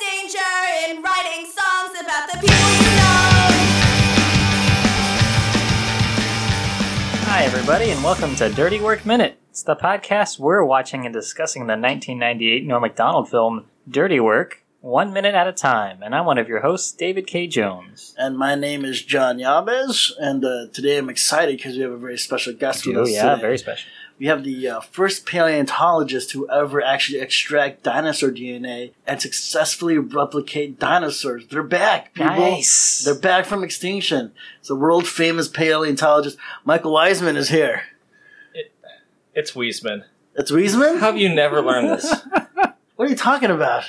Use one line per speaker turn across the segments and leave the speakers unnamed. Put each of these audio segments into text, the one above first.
danger in writing songs about the people you know.
Hi, everybody, and welcome to Dirty Work Minute. It's the podcast we're watching and discussing the 1998 Norm MacDonald film Dirty Work, one minute at a time. And I'm one of your hosts, David K. Jones.
And my name is John Yabez, and uh, today I'm excited because we have a very special guest with
Oh,
us.
yeah,
today.
very special.
We have the uh, first paleontologist to ever actually extract dinosaur DNA and successfully replicate dinosaurs. They're back, people.
Nice.
They're back from extinction. So, world famous paleontologist Michael Wiseman is here.
It's Wiesman.
It's Wiseman.
How have you never learned this?
what are you talking about?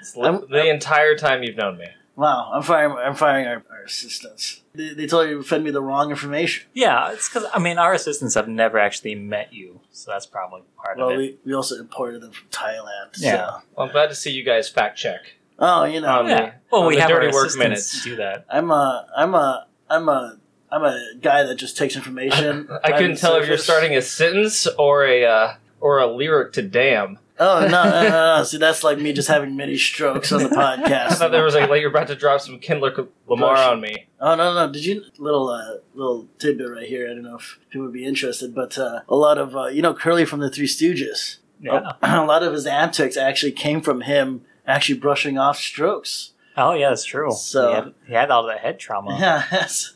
It's li-
I'm-
the entire time you've known me.
Wow, I'm firing. I'm firing our, our assistants. They, they told you to fed me the wrong information.
Yeah, it's because, I mean, our assistants have never actually met you, so that's probably part
Well,
of it.
we, we also imported them from Thailand.
Yeah.
So.
Well, I'm glad to see you guys fact check.
Oh, you know.
Um,
yeah. Well, we
the
have
Dirty
our
Work
assistants
Minutes.
do that.
I'm a I'm a I'm a I'm a guy that just takes information.
I couldn't tell if you're
surface.
starting a sentence or a uh, or a lyric to damn.
Oh no, no, no, no! See, that's like me just having many strokes on the
I thought there
podcast.
was like, like you're about to drop some Kindler Lamar on me.
oh no, no! Did you little uh, little tidbit right here? I don't know if people would be interested, but uh, a lot of uh, you know Curly from the Three Stooges.
Yeah.
A lot of his antics actually came from him actually brushing off strokes.
Oh, yeah, that's true.
So-
he, had, he had all that head trauma.
Yeah, that's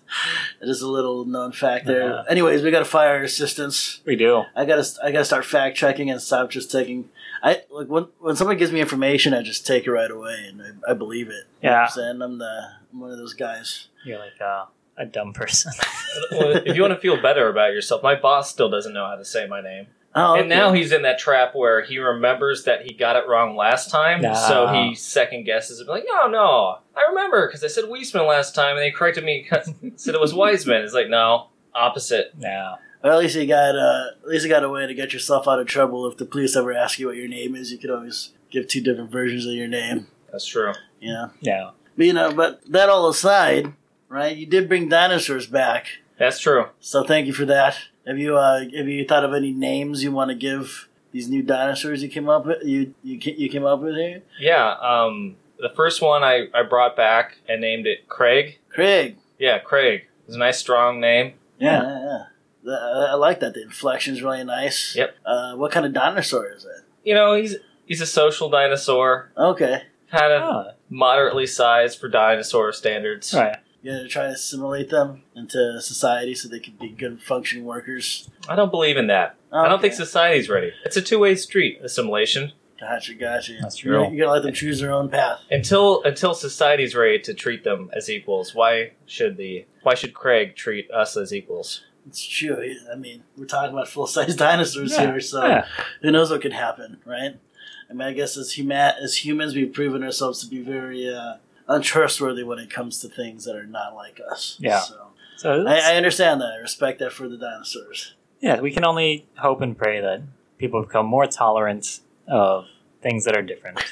that is a little known fact there.
Yeah.
Anyways, we got to fire our assistants.
We do.
I gotta I gotta start fact checking and stop just taking. I like when when somebody gives me information, I just take it right away and I, I believe it. You know what
Yeah.
I'm saying I'm the I'm one of those guys.
You're like uh, a dumb person.
Well, if you want to feel better about yourself, my boss still doesn't know how to say my name,
Oh,
and now he's in that trap where he remembers that he got it wrong last time,
Nah.
so he second guesses it. Like, no, no, I remember because I said Wiesman last time, and they corrected me, 'cause- said it was Wiseman. It's like, no, opposite.
no.
Or at least you got uh, at least you got a way to get yourself out of trouble. If the police ever ask you what your name is, you could always give two different versions of your name.
That's true.
You know,
No.
but, you know. But that all aside, right? You did bring dinosaurs back,
That's true.
so thank you for that. Have you uh, have you thought of any names you want to give these new dinosaurs you came up with? You you ca- you came up with here,
Yeah. Um, the first one I, I brought back and named it Craig.
Craig.
Yeah, Craig. It's a nice, strong name.
Yeah, yeah, yeah. The- I I like that. The inflection's really nice.
Yep.
Uh, what kind of dinosaur is it?
You know, he's he's a social dinosaur,
Okay.
kind of
Oh,
moderately sized for dinosaur standards.
right.
You know, try to assimilate them into society so they can be good functioning workers.
I don't believe in that. I don't
Okay.
think society's ready. It's a two way street assimilation.
Gotcha, gotcha.
That's
You're,
true.
gonna- you're gonna let them choose their own path.
Until until society's ready to treat them as equals, why should the why should Craig treat us as equals?
It's true. I mean, we're talking about full size dinosaurs
Yeah,
here, so
yeah.
who knows what could happen, right? I mean, I guess as huma- as humans, we've proven ourselves to be very uh, untrustworthy when it comes to things that are not like us.
Yeah.
So
So
I, I understand that. I respect that for the dinosaurs.
yeah, we can only hope and pray that people become more tolerant of things that are different.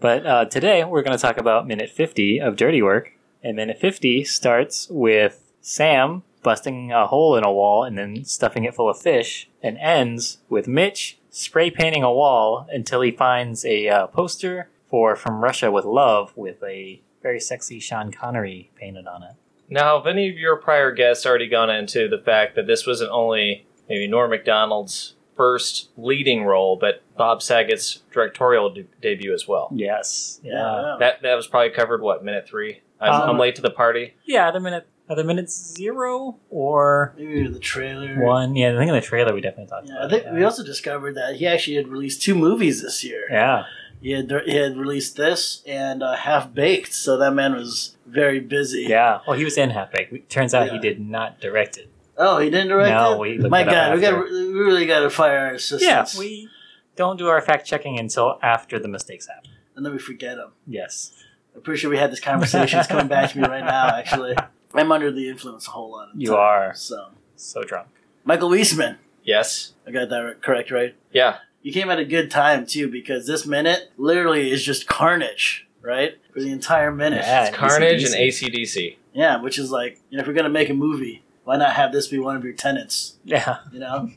but uh, today we're going to talk about minute 50 of Dirty Work. And minute 50 starts with Sam busting a hole in a wall and then stuffing it full of fish, and ends with Mitch spray painting a wall until he finds a uh, poster for From Russia with Love with a very sexy Sean Connery painted on it.
Now, have any of your prior guests already gone into the fact that this wasn't only maybe Norm Macdonald's first leading role, but Bob Saget's directorial de- debut as well?
Yes. Yeah.
Yeah.
That that was probably covered what minute three. I'm,
Um,
I'm late to the party.
Yeah, at a minute, at a minute zero or
Maybe the trailer.
one. Yeah, I think in the trailer we definitely talked
Yeah, I
about.
think
it,
we also discovered that he actually had released two movies this year.
yeah,
He had he had released this and uh, Half Baked, so that man was very busy.
yeah. Well, he was in Half Baked. Turns out he
Yeah.
did not direct it.
Oh, he didn't direct
No,
it.
we looked
My
it up
God, we got
after.
we really got to fire our assistants.
Yeah, we don't do our fact checking until after the mistakes happen.
and then we forget him.
Yes.
I'm pretty sure we had this conversation. it's coming back to me right now. Actually, I'm under the influence a whole lot. Of the
You
time,
are
So,
so drunk.
Michael Weisman,
Yes.
I got that right- correct, right?
Yeah.
You came at a good time too, because this minute literally is just carnage, right? For the entire minute.
Yeah,
It's Carnage and
AC/DC.
ACDC.
Yeah, which is like, you know, if you're gonna make a movie, why not have this be one of your tenants?
Yeah.
You know?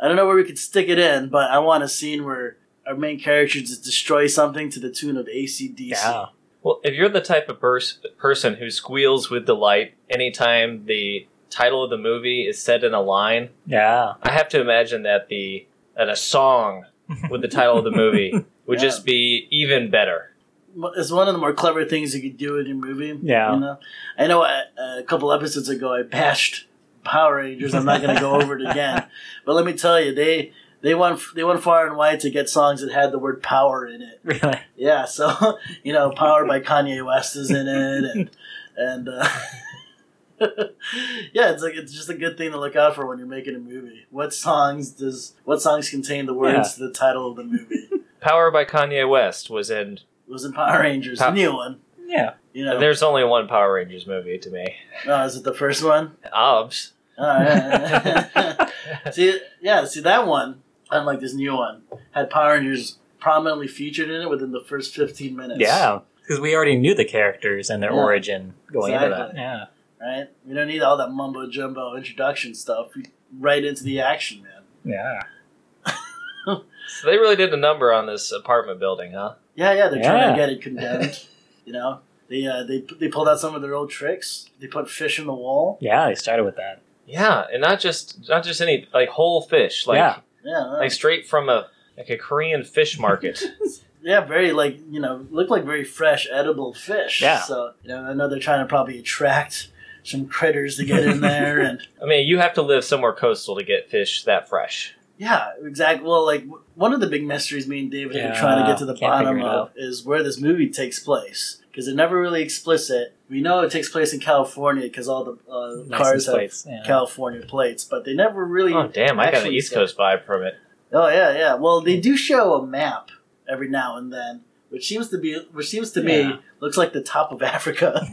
I don't know where we could stick it in, but I want a scene where our main character to destroy something to the tune of ACDC.
Yeah.
Well, if you're the type of pers- person who squeals with delight anytime the title of the movie is said in a line,
Yeah.
I have to imagine that the that a song with the title of the movie would
Yeah.
just be even better.
It's one of the more clever things you could do in your movie.
Yeah.
You know? I know uh, a, a couple episodes ago I bashed Power Rangers. I'm not going to go over it again. But let me tell you, they they went they went far and wide to get songs that had the word power in it.
Really?
Yeah, so you know, Power by Kanye West is in it, and and uh, yeah, it's like it's just a good thing to look out for when you're making a movie. What songs does what songs contain the words
Yeah.
to the title of the movie? It
Power by Kanye West was in.
was in Power Rangers, the
Pow-
new one.
Yeah.
You know,
There's only one Power Rangers movie to me.
oh, is it the first one?
Obs.
Oh, yeah. see, yeah, see that one, unlike this new one, had Power Rangers prominently featured in it within the first 15 minutes.
Yeah. Because we already knew the characters and their
Yeah.
origin going into
Exactly.
that. Yeah.
right? We don't need all that mumbo jumbo introduction stuff. We right into the action, man.
Yeah.
So they really did a number on this apartment building, huh?
Yeah, yeah, they're
Yeah.
trying to get it condemned. you know, they uh, they they pulled out some of their old tricks. They put fish in the wall.
Yeah. They started with that.
Yeah, and not just not just any like whole fish, like
Yeah.
Yeah, uh,
like straight from a like a Korean fish market.
yeah, very like you know, look like very fresh, edible fish.
Yeah.
So you know, I know they're trying to probably attract some critters to get in there, and
I mean, you have to live somewhere coastal to get fish that fresh.
yeah, exactly. Well, like w- one of the big mysteries me and David have
Yeah,
been trying to get to the
can't
bottom
figure it
of is where this movie takes place. Because they're never really explicit. We know it takes place in California because all the uh,
License
cars have
plates. Yeah.
California plates, but they never really.
Oh damn, I got an
Actually,
East
so-
Coast vibe from it.
Oh yeah, yeah. Well, they
Hmm.
do show a map every now and then, which seems to be, which seems to
Yeah.
me looks like the top of Africa.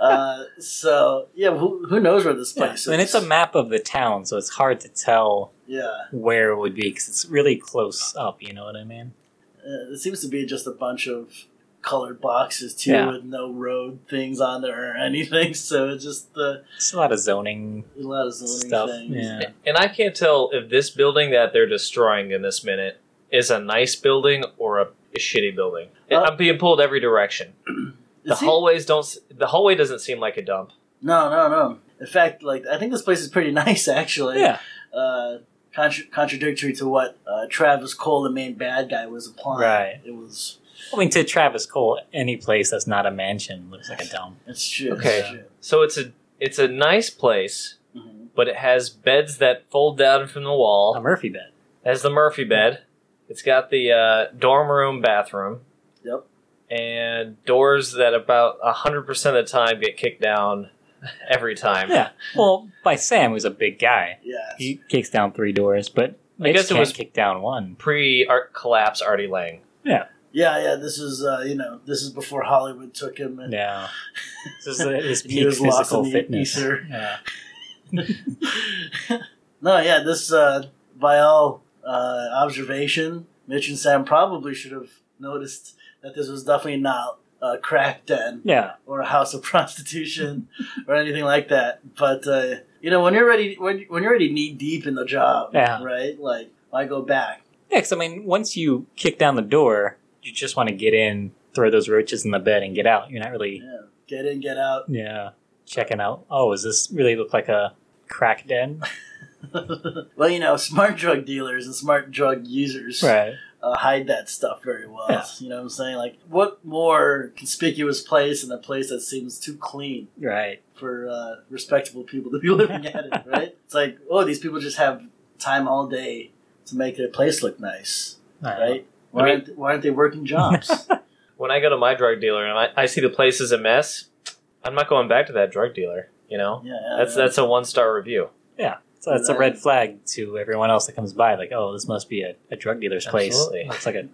uh, so yeah, who, who knows where this
Yeah.
place is?
And it's a map of the town, so it's hard to tell
Yeah,
where it would be because it's really close up. You know what I mean?
uh, it seems to be just a bunch of colored boxes too,
Yeah.
with no road things on there or anything. So it's just uh,
It's a lot of zoning
a lot of zoning
stuff.
things.
Yeah.
And I can't tell if this building that they're destroying in this minute is a nice building or a, a shitty building.
Uh,
I'm being pulled every direction. The
It seems-
hallways don't. s- The hallway doesn't seem like a dump.
No, no, no. In fact, like I think this place is pretty nice actually.
Yeah.
uh, contra- contradictory to what uh, Travis Cole, the main bad guy, was applying.
Right.
It was.
I mean, to Travis Cole, any place that's not a mansion looks like a dump.
It's true.
Okay.
It's true.
So it's a it's a nice place,
Mhm.
but it has beds that fold down from the
A
Um,
wall.
Murphy bed.
It has the Murphy bed. It's got the uh, dorm room bathroom.
Yep.
And doors that about hundred percent of the time get kicked down every time.
Yeah. Well, by Sam, who's a big guy,
Yeah.
he kicks down three doors, but
I
I
guess it
can't
was-
kick down one.
Pre art collapse, Artie Lang.
Yeah, yeah. This is uh, you know this is before Hollywood took him. And
Yeah. This is uh, his
He
peak
was lost
physical
in the
fitness.
ether.
Yeah.
no, yeah. This uh, by all uh, observation, Mitch and Sam probably should have noticed that this was definitely not a crack den.
Yeah.
or a house of prostitution or anything like that. But uh, you know, when you're ready, when, when you're already knee deep in the job,
Yeah.
right? Like, why go back?
Yeah, 'cause, I mean, once you kick down the door, you just want to get in, throw those roaches in the bed, and get out. You're not really,
Yeah. Get in, get out.
yeah, checking out. Oh, does this really look like a crack den?
Well, you know, smart drug dealers and smart drug users
Right.
uh, hide that stuff very well.
Yeah.
You know what I'm saying? Like, what more conspicuous place than a place that seems too clean?
Right.
For uh, respectable people to be living at it, right? It's like, oh, these people just have time all day to make their place look nice, right? Why,
I mean-
aren't, why aren't they working jobs?
when I go to my drug dealer and I, I see the place is a mess, I'm not going back to that drug dealer. You know,
Yeah,
that's that's a one star review.
So that's a red flag to everyone else that comes by. Like, oh, this must be a, a drug dealer's place.
Absolutely.
Looks like a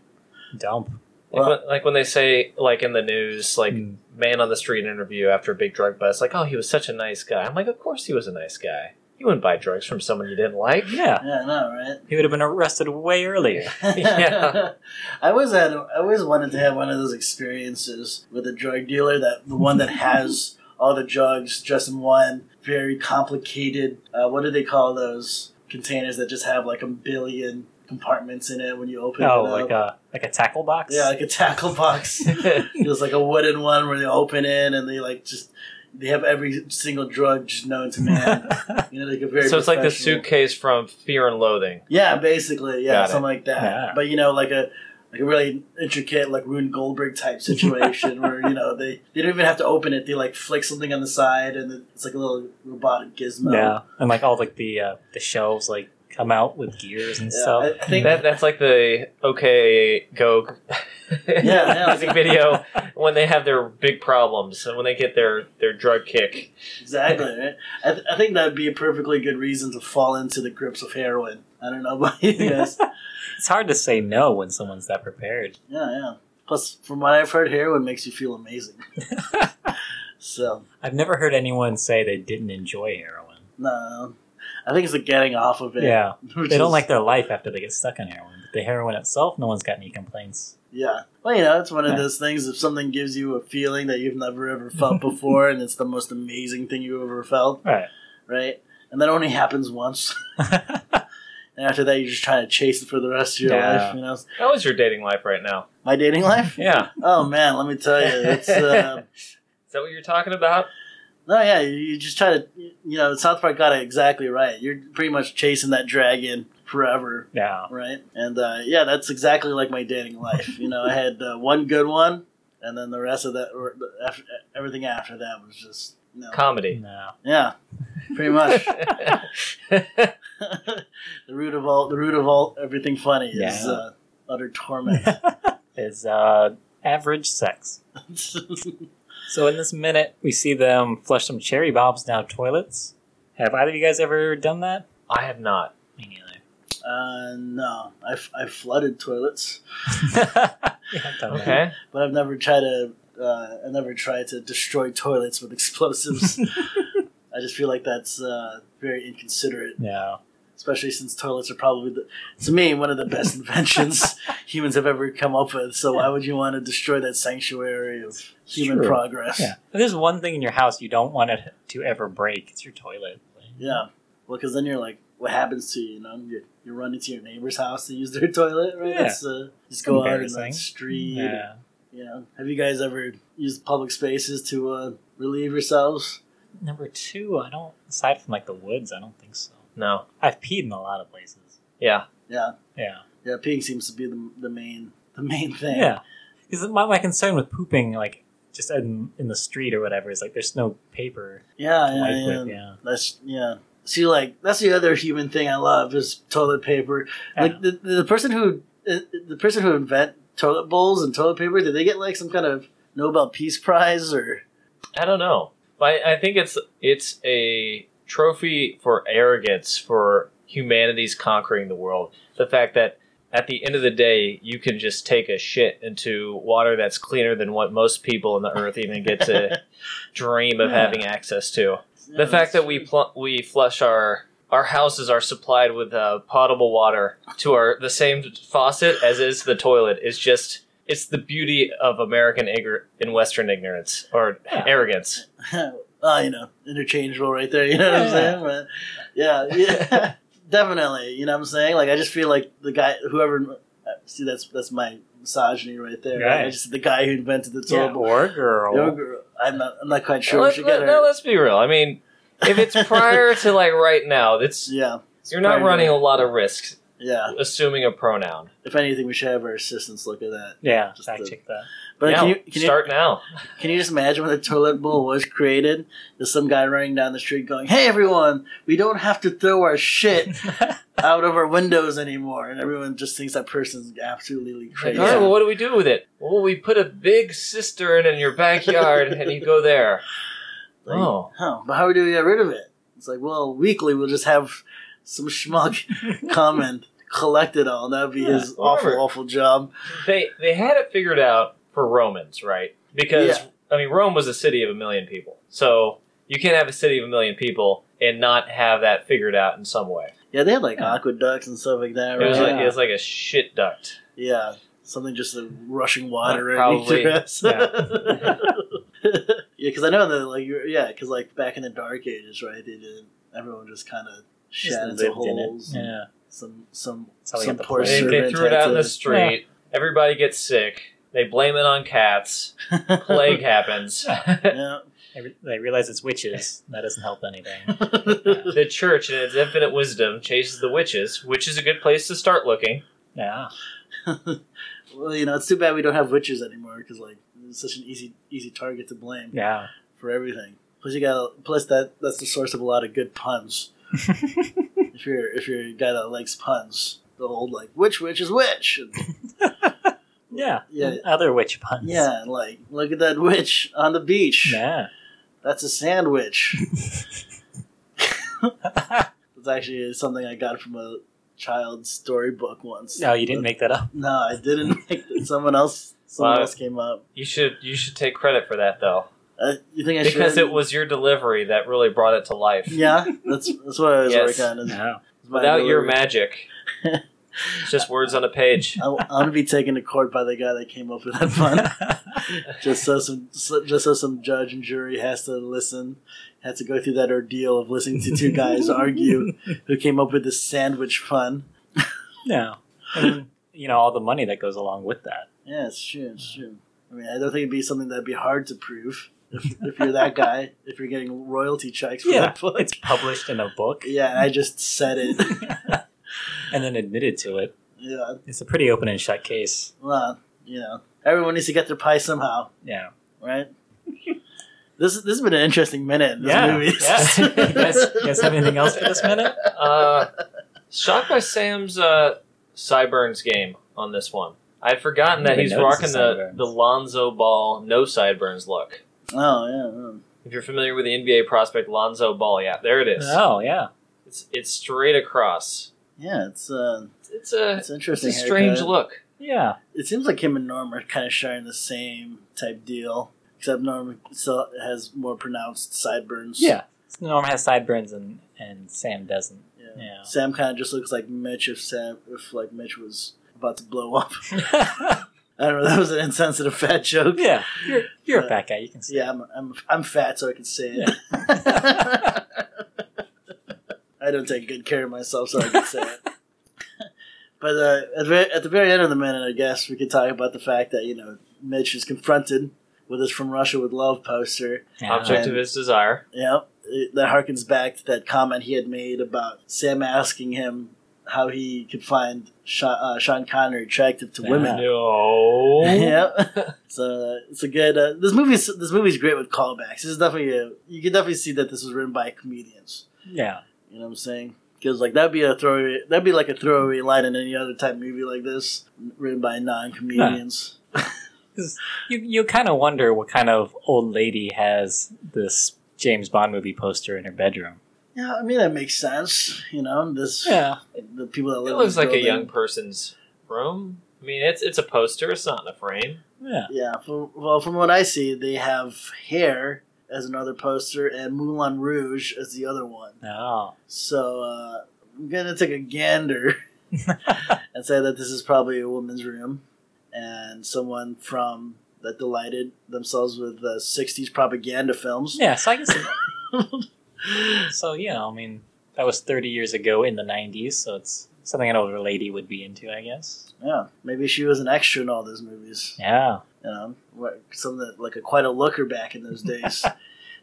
dump.
Like,
Well- Hmm.
when, like when they say, like in the news, like
Mm.
man on the street interview after a big drug bust, like oh he was such a nice guy. I'm like, of course he was a nice guy. You wouldn't buy drugs from someone you didn't like.
Yeah,
yeah, I know,
he would have been arrested way earlier.
right?
Yeah.
I always had, I always wanted to have one of those experiences with a drug dealer that the one that has all the drugs just in one very complicated. Uh, what do they call those containers that just have like a billion compartments in it when you open
Oh,
it up.
like a like a tackle box.
yeah, like a tackle box. There's like a wooden one where they open it and they like just they have every single drug just known to man. you know, like a very
so it's like the
professional-
suitcase from Fear and Loathing.
Yeah, basically, yeah,
Got it.
something like that.
Yeah.
But you know, like a like a really intricate like Rune Goldberg type situation where you know they they don't even have to open it. They like flick something on the side and then it's like a little robotic gizmo.
yeah, and like all like the uh, the shelves like come out with gears and
Yeah,
stuff.
I, I think
That, that's like the OK Go
yeah,
music video when they have their big problems and when they get their, their drug kick.
exactly. Right? I, th- I think that'd be a perfectly good reason to fall into the grips of heroin. I don't know about you guys.
It's hard to say no when someone's that prepared.
Yeah, yeah. Plus, from what I've heard, heroin makes you feel amazing. so,
I've never heard anyone say they didn't enjoy heroin.
no. I think it's the getting off of it.
Yeah,
which
they don't
is-
like their life after they get stuck on heroin. But the heroin itself, no one's got any complaints.
Yeah. Well, you know, it's one of
Yeah.
those things. If something gives you a feeling that you've never ever felt before, and it's the most amazing thing you've ever felt,
Right.
right? And that only happens once. and after that, you're just trying to chase it for the rest of your
Yeah.
life. You know,
How is your dating life right now?
my dating life.
Yeah.
Oh man, let me tell you, it's. Uh,
Is that what you're talking about?
No, yeah, you- you just try to, you know, South Park got it exactly right. You're pretty much chasing that dragon forever,
Yeah.
right? And uh, yeah, that's exactly like my dating life. You know, I had uh, one good one, and then the rest of that, or the- after, everything after that was just, you know,
Comedy.
No.
yeah, pretty much
That's
the root of all, the root of all everything funny is
Yeah.
uh, utter torment.
Is uh, average sex. So in this minute, we see them flush some cherry bobs down toilets. Have either of you guys ever done that?
I have not.
Me neither.
uh, no, I've, I've flooded toilets,
Yeah, I've done that.
Okay.
but I've never tried to. Uh, I never tried to destroy toilets with explosives. I just feel like that's uh, very inconsiderate,
No.
especially since toilets are probably, the, to me, one of the best inventions humans have ever come up with. So why would you want to destroy that sanctuary of human
true.
progress?
Yeah. If there's one thing in your house you don't want it to ever break, it's your toilet.
Yeah. Well, because then you're like, what happens to you? You know, you, you run into your neighbor's house to use their toilet, right?
Yeah.
That's, uh, just go out in the
Embarrassing.
street. Yeah.
Yeah.
You know, have you guys ever used public spaces to uh, relieve yourselves?
Number two, I don't. Aside from like the woods, I don't think so.
No.
I've peed in a lot of places.
Yeah.
Yeah.
Yeah.
Yeah, peeing seems to be the, the main the main thing.
Yeah. Because my, my concern with pooping, like just in, in the street or whatever, is like there's no paper
Yeah,
to
yeah,
wipe
yeah.
with. Yeah.
That's yeah. See, like that's the other human thing I love is toilet paper. Like the, the person who uh, the person who invent toilet bowls and toilet paper, did they get like some kind of Nobel Peace Prize or?
I don't know. But I I think it's it's a trophy for arrogance for humanity's conquering the world. The fact that at the end of the day, you can just take a shit into water that's cleaner than what most people on the earth even get to dream of
Yeah.
having access to. the fact that we pl- we flush our our houses are supplied with uh, potable water to our the same faucet as is the toilet is just it's the beauty of American igor- and Western ignorance or
Yeah.
arrogance.
oh, you know, interchangeable right there. You know what I'm
Yeah.
saying? But, yeah, yeah, definitely. You know what I'm saying? Like, I just feel like the guy, whoever, uh, see, that's that's my misogyny right there.
Right.
I just the guy who invented the
Yeah,
toilet bowl.
or girl.
Yo, girl, I'm not. I'm not quite sure. we
Let,
should get her.
us be real. I mean, if it's prior to like right now, that's
yeah,
you're not
prior.
running a lot of risks
yeah.
assuming a pronoun.
If anything, we should have our assistants look at that.
Yeah,
Just
fact
the-
check that.
But
Now,
can you can,
start now.
you can you just imagine when the toilet bowl was created? There's some guy running down the street going, "Hey everyone, we don't have to throw our shit out of our windows anymore," and everyone just thinks that person's absolutely
Like,
crazy.
All right, well, what do we do with it? Well, we put a big cistern in your backyard and you go there.
Like,
oh.
Huh, but how do we get rid of it? It's like, well, weekly we'll just have some schmuck come and collect it all. That'd be
Yeah,
his awful,
whatever.
awful job.
they they had it figured out for Romans, right? Because
Yeah.
I mean, Rome was a city of a million people, so you can't have a city of a million people and not have that figured out in some way.
Yeah, they had like
Yeah.
aqueducts and stuff like that,
It was
right?
like it was like a shit duct.
Yeah, something just uh, rushing water
Probably.
into us.
Yeah.
Yeah, because I know that like you're, yeah, because like back in the Dark Ages, right? They did everyone just kind of
Just
shat
lived in
into
it.
holes. and
Yeah.
some some
That's how they
some
got the
poor
plane.
They,
servant.
they threw it out in the
had to-
street. Everybody gets sick. They blame it on cats. Plague happens.
Yeah.
They re- They realize it's witches. That doesn't help anything.
the church, in its infinite wisdom, chases the witches, which is a good place to start looking.
Yeah.
Well, you know, it's too bad we don't have witches anymore because like it's such an easy easy target to blame
Yeah.
for everything. Plus, you got plus that that's the source of a lot of good puns. if you're if you're a guy that likes puns, the old like which witch is which. And,
Yeah.
Yeah.
Other witch puns.
yeah, and, like look at that witch on the beach.
Yeah.
That's a sandwich. That's actually something I got from a child's storybook once.
No, Oh, you didn't make that up.
No, I didn't make it. Someone else. Someone
Wow.
else came up.
You should you should take credit for that though,
Uh, you think I should?
because it was your delivery that really brought it to life.
Yeah, that's that's what I was
Yes.
working on. is-
No.
is my
Without your
delivery.
magic, it's just words on a page.
I, I'm gonna be taken to court by the guy that came up with that pun. just so some, so, just so some judge and jury has to listen, had to go through that ordeal of listening to two guys argue who came up with this sandwich pun.
no. And, you know, all the money that goes along with that.
Yeah, it's true. It's true. I mean, I don't think it'd be something that'd be hard to prove if, if you're that guy. If you're getting royalty checks for
Yeah.
that book.
It's published in a book
Yeah, and I just said it.
and then admitted to it.
yeah,
It's a pretty open and shut case.
well, you know, everyone needs to get their pie somehow,
Yeah.
right? this this has been an interesting minute. in This
yeah.
movie.
yeah. you, guys, you guys have anything else for this minute?
Uh, shocked by Sam's uh, sideburns game on this one. I'd forgotten
I
that
didn't
he's
even notice
rocking
the
the,
sideburns.
the Lonzo Ball no sideburns look.
Oh yeah, yeah.
If you're familiar with the NBA prospect Lonzo Ball, yeah, there it is.
Oh, yeah.
It's it's straight across.
yeah. It's uh,
It's a
it's an
it's
interesting.
a strange
haircut.
look.
Yeah.
It seems like him and Norm are kind of sharing the same type deal, except Norm still has more pronounced sideburns.
Yeah. Norm has sideburns and, and Sam doesn't.
Yeah.
Yeah.
Sam kind of just looks like Mitch if Sam if like Mitch was about to blow up. I don't know. That was an insensitive fat joke.
yeah. You're, you're
Uh,
a fat guy. You can see.
Yeah, I'm I'm, I'm fat, so I can say it. I don't take good care of myself, so I can say it. But uh, at, the very, at the very end of the minute, I guess we could talk about the fact that you know Mitch is confronted with his "From Russia with Love" poster,
Yeah.
Object of his desire.
Yeah, it- that harkens back to that comment he had made about Sam asking him how he could find Sean, uh, Sean Connery attractive to
Yeah.
women.
No.
yeah, so uh, it's a good. Uh, this movie's this movie's great with callbacks. This is definitely a, you can definitely see that this was written by comedians.
Yeah.
You know what I'm saying? Because like that'd be a throwaway that'd be like a throwaway line in any other type movie like this, written by non comedians.
You, you kind of wonder what kind of old lady has this James Bond movie poster in her bedroom.
Yeah, I mean that makes sense. You know this
Yeah.
the people that live
It
in
looks
this
like a
building-
young person's room. I mean, it's it's a poster. It's not in a frame.
Yeah.
Yeah, from, well, from what I see, they have hair as another poster and Moulin Rouge as the other one.
Oh.
So uh, I'm gonna take a gander and say that this is probably a woman's room and someone from that delighted themselves with uh, '60s propaganda films.
Yeah. So I guess. so you know, I mean, that was 30 years ago in the 90s, so it's something an older lady would be into, I guess.
Yeah, maybe she was an extra in all those movies.
Yeah.
You know, what, something like a quite a looker back in those days.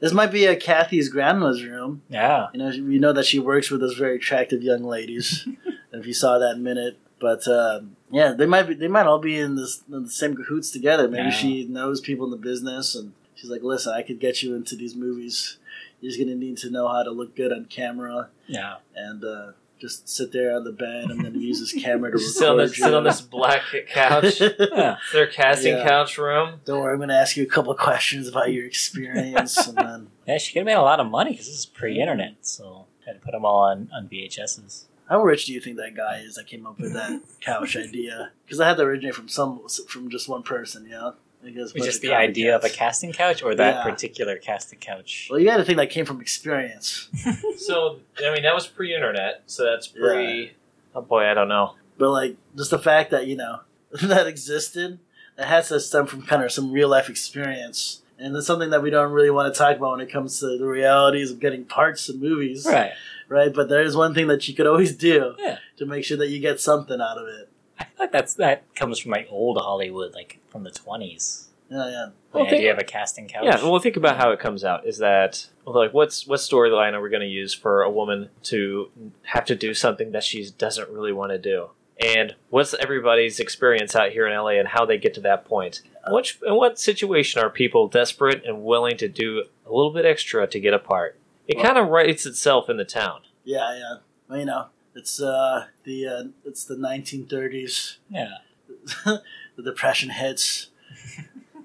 this might be a Kathy's grandma's room.
Yeah.
You know, we know that she works with those very attractive young ladies. if you saw that minute, but um, yeah, they might be, they might all be in this in the same cahoots together. Maybe
Yeah.
she knows people in the business, and she's like, "Listen, I could get you into these movies. You're just gonna need to know how to look good on camera
Yeah.
and uh, just sit there on the bed. I'm gonna use this camera to
Sit on
record
this, sit on this black couch.
you."
Yeah.
Their casting
Yeah.
couch room.
Don't worry, I'm gonna ask you a couple of questions about your experience, and then
Yeah. She could have made a lot of money because this is pre-internet, so had to put them all on on VHSs.
How rich do you think that guy is that came up with that couch idea? Because that had to originate from some from just one person, you know. Because
It's just the idea of a casting couch, or that
Yeah.
particular casting couch.
Well, you got to think that came from experience.
So I mean, that was pre-internet. So that's pre. Oh boy, I don't know.
But like, just the fact that you know that existed, that has to stem from kind of some real life experience, and it's something that we don't really want to talk about when it comes to the realities of getting parts in movies.
Right.
right? But there is one thing that you could always do
Yeah.
to make sure that you get something out of it.
I feel like that's that comes from like old Hollywood, like from the twenties.
Yeah, yeah.
The
Well, think-
idea of a casting couch.
Yeah, well, think about how it comes out. Is that like what's what storyline are we going to use for a woman to have to do something that she doesn't really want to do? And what's everybody's experience out here in LA and how they get to that point?
Uh,
What in what situation are people desperate and willing to do a little bit extra to get a part? It
Well-
kind of writes itself in the town.
Yeah, yeah. Well, you know, it's uh, the uh, it's the 1930s.
yeah.
The depression hits.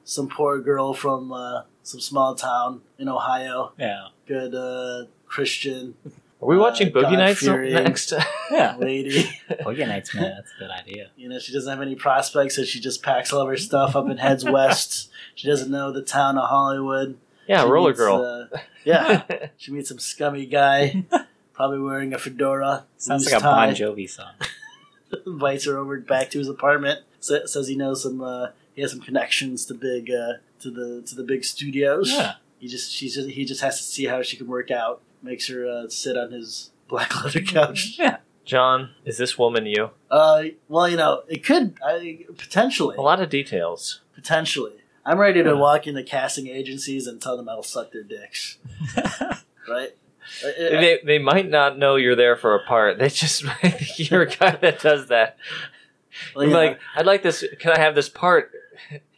some poor girl from uh, some small town in Ohio,
Yeah.
good uh, Christian
Are we
Uh,
watching Boogie
God
Nights
Fury.
next?
Yeah.
lady.
Boogie Nights, man, that's a good idea.
you know, she doesn't have any prospects, so she just packs all of her stuff up and heads west. She doesn't know the town of Hollywood.
yeah,
She
Roller
meets,
Girl.
uh, yeah, she meets some scummy guy, probably wearing a fedora.
Sounds
loose
like a
tie.
Bon Jovi song.
invites her over back to his apartment. sa- says he knows some. Uh, he has some connections to big uh, to the to the big studios.
Yeah.
He just she's just, he just has to see how she can work out. Makes her uh, sit on his black leather couch.
Yeah.
John, is this woman you?
Uh, well, you know, it could I, potentially
A lot of details.
potentially. I'm ready to
Yeah.
walk into casting agencies and tell them I'll suck their dicks. right? I- I-
they, they might not know you're there for a part. They just might think you're a guy that does that.
well, you know,
Like, I'd like this. Can I have this part?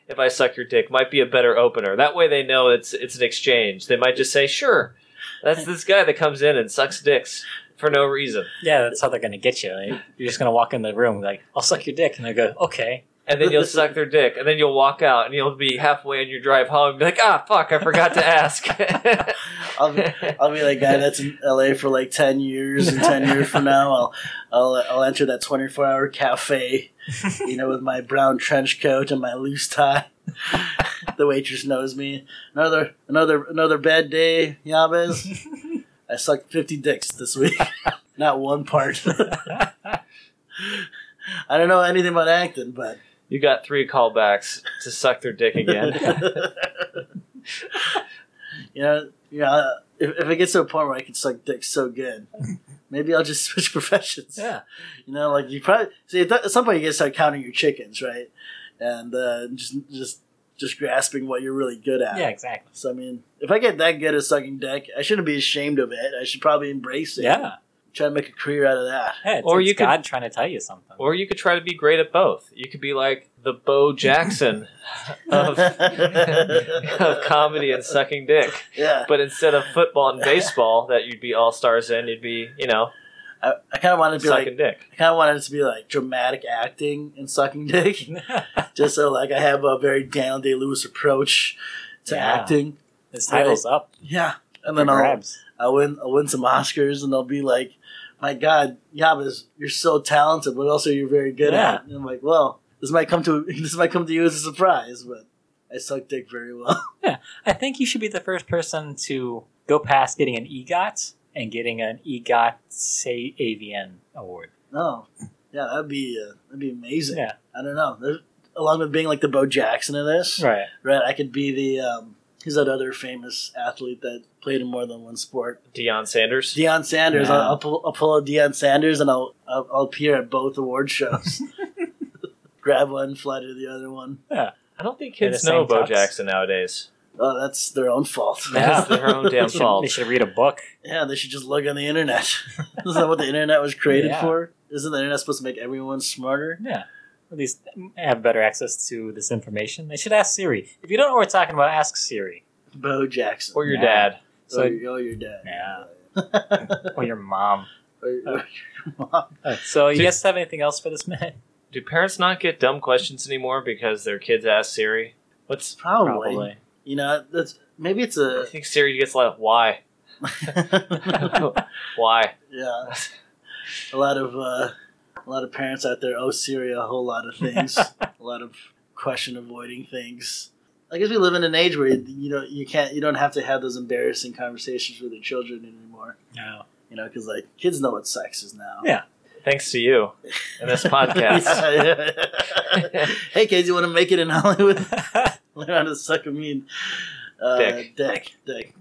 If I suck your dick, might be a better opener. That way, they know it's it's an exchange. They might just say, "Sure, that's this guy that comes in and sucks dicks for no reason."
Yeah, that's how they're gonna get you. Like, You're just gonna walk in the room like, I'll suck your dick and they go, Okay.
And then you'll suck their dick, and then you'll walk out, and you'll be halfway on your drive home, and be like, "Ah, fuck, I forgot to ask."
I'll, be, I'll be that guy that's in LA for like 10 years, and 10 years from now, I'll, I'll, I'll enter that 24 hour cafe, you know, with my brown trench coat and my loose tie. the waitress knows me. Another another another bad day, Yabes. I sucked 50 dicks this week. Not one part. I don't know anything about acting, but
you got three callbacks to suck their dick again.
you know, you know if, if it gets to a point where I can suck dick so good, maybe I'll just switch professions.
Yeah.
You know, like you probably see at, that, at some point you get to start counting your chickens, right? And uh, just just just grasping what you're really good at.
Yeah, exactly.
So I mean, if I get that good at sucking dick, I shouldn't be ashamed of it. I should probably embrace it.
Yeah.
Try to make a career out of that.
yeah it's,
Or
or
you
you
could-
God trying to tell you something.
Or you could try to be great at both. You could be like the Bo Jackson of, of comedy and sucking dick.
yeah.
But instead of football and baseball that you'd be all stars in, you'd be, you know,
I, I kind of wanted to be
sucking
like
dick.
I kind of wanted it to be like dramatic acting and sucking dick, just so like I have a very Daniel Day Lewis approach to
Yeah.
acting.
His title's up.
Yeah. And
for
then I'll,
grabs.
I'll win I'll win some Oscars and they'll be like, My God, Yabas, you're so talented, but also you're very good
Yeah.
at. And I'm like, Well, this might come to this might come to you as a surprise, but I suck dick very well.
I think you should be the first person to go past getting an EGOT and getting an E EGOT say AVN award.
no. Yeah, that'd be uh, that'd be amazing.
Yeah.
I don't know. There's- Along with being like the Bo Jackson of this,
Right.
right? I could be the um, who's that other famous athlete that played in more than one sport?
Deion Sanders.
Deion Sanders.
Yeah.
I'll, I'll pull, I'll pull a Deion Sanders and I'll, I'll I'll appear at both award shows. Grab one, fly to the other one.
I don't think
They're
kids
the
know
same
Bo
tux.
Jackson nowadays.
Oh, that's their own fault.
Yeah.
That's their own damn
They should-
fault.
They should read a book.
Yeah, they should just look on the internet. Isn't that what the internet was created
Yeah.
for? Isn't the internet supposed to make everyone smarter?
Yeah. At least have better access to this information. They should ask Siri. If you don't know what we're talking about, ask Siri.
Bo Jackson.
Or your
Yeah.
dad.
so,
So-
oh, your, oh, your dad.
Yeah. or your mom.
Or, or your mom.
So you
Dude.
guys have anything else for this minute?
Do parents not get dumb questions anymore because their kids ask Siri? What's.
Probably. You know, that's maybe it's
Uh,
I
a
think Siri gets a lot of why. why?
yeah. A lot of uh, a lot of parents out there owe Siri a whole lot of things. a lot of question avoiding things. I guess we live in an age where you know you can't you don't have to have those embarrassing conversations with your children anymore.
No.
You know, because like kids know what sex is now.
Yeah.
Thanks to you and this podcast.
Yeah. hey kids, you want to make it in Hollywood? Learn how to suck a mean uh,
Dick.
dick. Dick.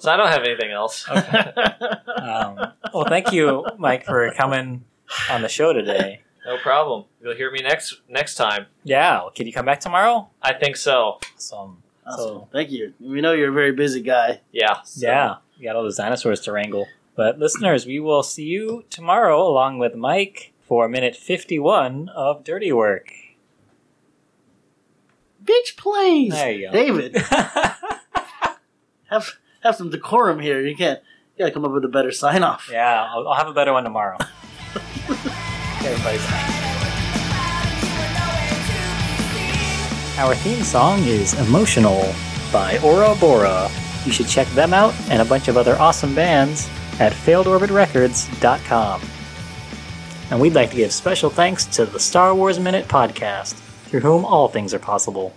So I don't have anything else.
Um, well, thank you, Mike, for coming on the show today.
No problem. You'll hear me next next time.
Yeah, can you come back tomorrow?
I think so.
Awesome.
Awesome. Thank you. We know you're a very busy guy.
Yeah. So
Yeah, you got all those dinosaurs to wrangle. But listeners, we will see you tomorrow along with Mike for minute 51 of Dirty Work.
Bitch, please.
There you go.
David, have have some decorum here. You can't. You gotta come up with a better sign off.
yeah, I'll, I'll have a better one tomorrow. okay, everybody. bye. Our theme song is Emotional by Ora Bora. You should check them out and a bunch of other awesome bands at failedorbitrecords.com. And we'd like to give special thanks to the Star Wars Minute Podcast, through whom all things are possible.